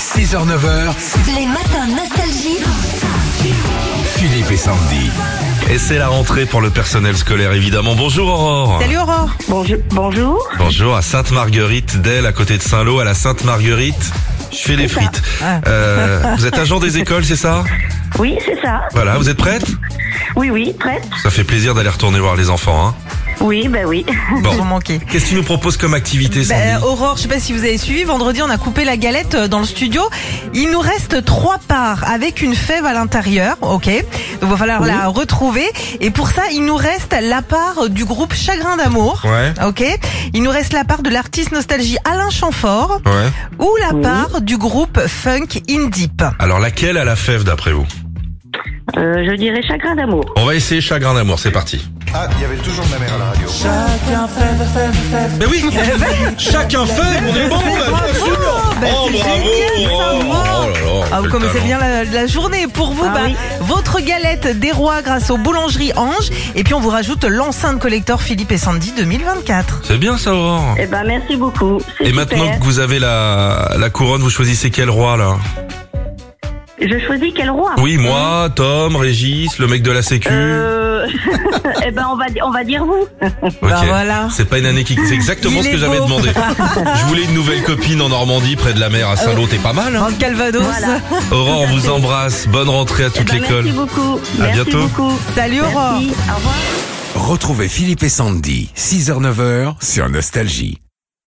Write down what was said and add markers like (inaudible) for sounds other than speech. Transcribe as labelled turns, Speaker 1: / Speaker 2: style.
Speaker 1: 6h-9h,
Speaker 2: Les matins nostalgie.
Speaker 1: Philippe et Sandy.
Speaker 3: Et c'est la rentrée pour le personnel scolaire, évidemment. Bonjour Aurore.
Speaker 4: Salut Aurore
Speaker 5: Bonjour. Bonjour.
Speaker 3: Bonjour à Sainte-Marguerite, d'elle, à côté de Saint-Lô, à la Sainte-Marguerite. Je fais les frites. Euh, vous êtes agent des écoles, c'est ça
Speaker 5: Ah. Oui, c'est ça.
Speaker 3: Voilà, vous êtes prête
Speaker 5: Oui, oui, prête.
Speaker 3: Ça fait plaisir d'aller retourner voir les enfants. Hein.
Speaker 5: Oui, ben oui.
Speaker 4: Ils ont
Speaker 5: (laughs)
Speaker 3: Bon,
Speaker 4: manqué.
Speaker 3: qu'est-ce que tu nous proposes comme activité,
Speaker 4: Ben,
Speaker 3: Sandy
Speaker 4: Aurore, je sais pas si vous avez suivi, vendredi on a coupé la galette euh, dans le studio. Il nous reste trois parts avec une fève à l'intérieur, ok Donc va falloir la retrouver. Et pour ça, il nous reste la part du groupe Chagrin d'amour,
Speaker 3: Ouais,
Speaker 4: ok Il nous reste la part de l'artiste nostalgie Alain Chamfort
Speaker 3: ouais.
Speaker 4: ou la part du groupe Funk In Deep.
Speaker 3: Alors, laquelle à la fève, d'après vous
Speaker 5: Euh, je dirais chagrin d'amour.
Speaker 3: On va essayer Chagrin d'amour, c'est parti.
Speaker 6: Ah, il y avait toujours ma mère à la radio.
Speaker 3: Mais oui Chacun fève, on est bon, là, bien
Speaker 4: Bravo
Speaker 3: sûr.
Speaker 4: Ben,
Speaker 3: Oh,
Speaker 4: c'est
Speaker 3: bravo
Speaker 4: génial, ça,
Speaker 3: Oh,
Speaker 4: Aurore.
Speaker 3: oh là là,
Speaker 4: Ah, vous
Speaker 3: quel
Speaker 4: commencez
Speaker 3: talent.
Speaker 4: bien la, la journée. Pour vous,
Speaker 5: Ah
Speaker 4: bah,
Speaker 5: oui.
Speaker 4: votre galette des rois grâce aux boulangeries Ange. Et puis on vous rajoute l'enceinte collector Philippe et Sandy 2024.
Speaker 3: C'est bien ça, Aurore.
Speaker 5: Eh ben, merci beaucoup.
Speaker 3: Et
Speaker 5: C'est super.
Speaker 3: maintenant que vous avez la, la couronne, vous choisissez quel roi là
Speaker 5: Je choisis quel roi
Speaker 3: Oui,
Speaker 4: Ah.
Speaker 3: moi, Tom, Régis, le mec de la sécu.
Speaker 5: Euh... (laughs) eh ben, on va, di- on va dire vous.
Speaker 3: Ok.
Speaker 4: Bah voilà.
Speaker 3: C'est pas une année qui. C'est exactement
Speaker 4: Il
Speaker 3: ce que
Speaker 4: est
Speaker 3: j'avais
Speaker 4: beau. (laughs)
Speaker 3: demandé. Je voulais une nouvelle copine en Normandie, près de la mer à
Speaker 4: Ah
Speaker 3: Saint-Lô. T'es pas mal, hein
Speaker 4: Dans le Calvados.
Speaker 5: Voilà.
Speaker 3: Aurore, on
Speaker 4: (laughs)
Speaker 3: vous embrasse. Bonne rentrée à
Speaker 5: Eh
Speaker 3: toute
Speaker 5: ben,
Speaker 3: l'école.
Speaker 5: merci beaucoup.
Speaker 3: À
Speaker 5: merci
Speaker 3: bientôt.
Speaker 5: beaucoup.
Speaker 4: Salut Aurore.
Speaker 5: Merci. Au revoir.
Speaker 1: Retrouvez Philippe et Sandy, 6h-9h sur Nostalgie.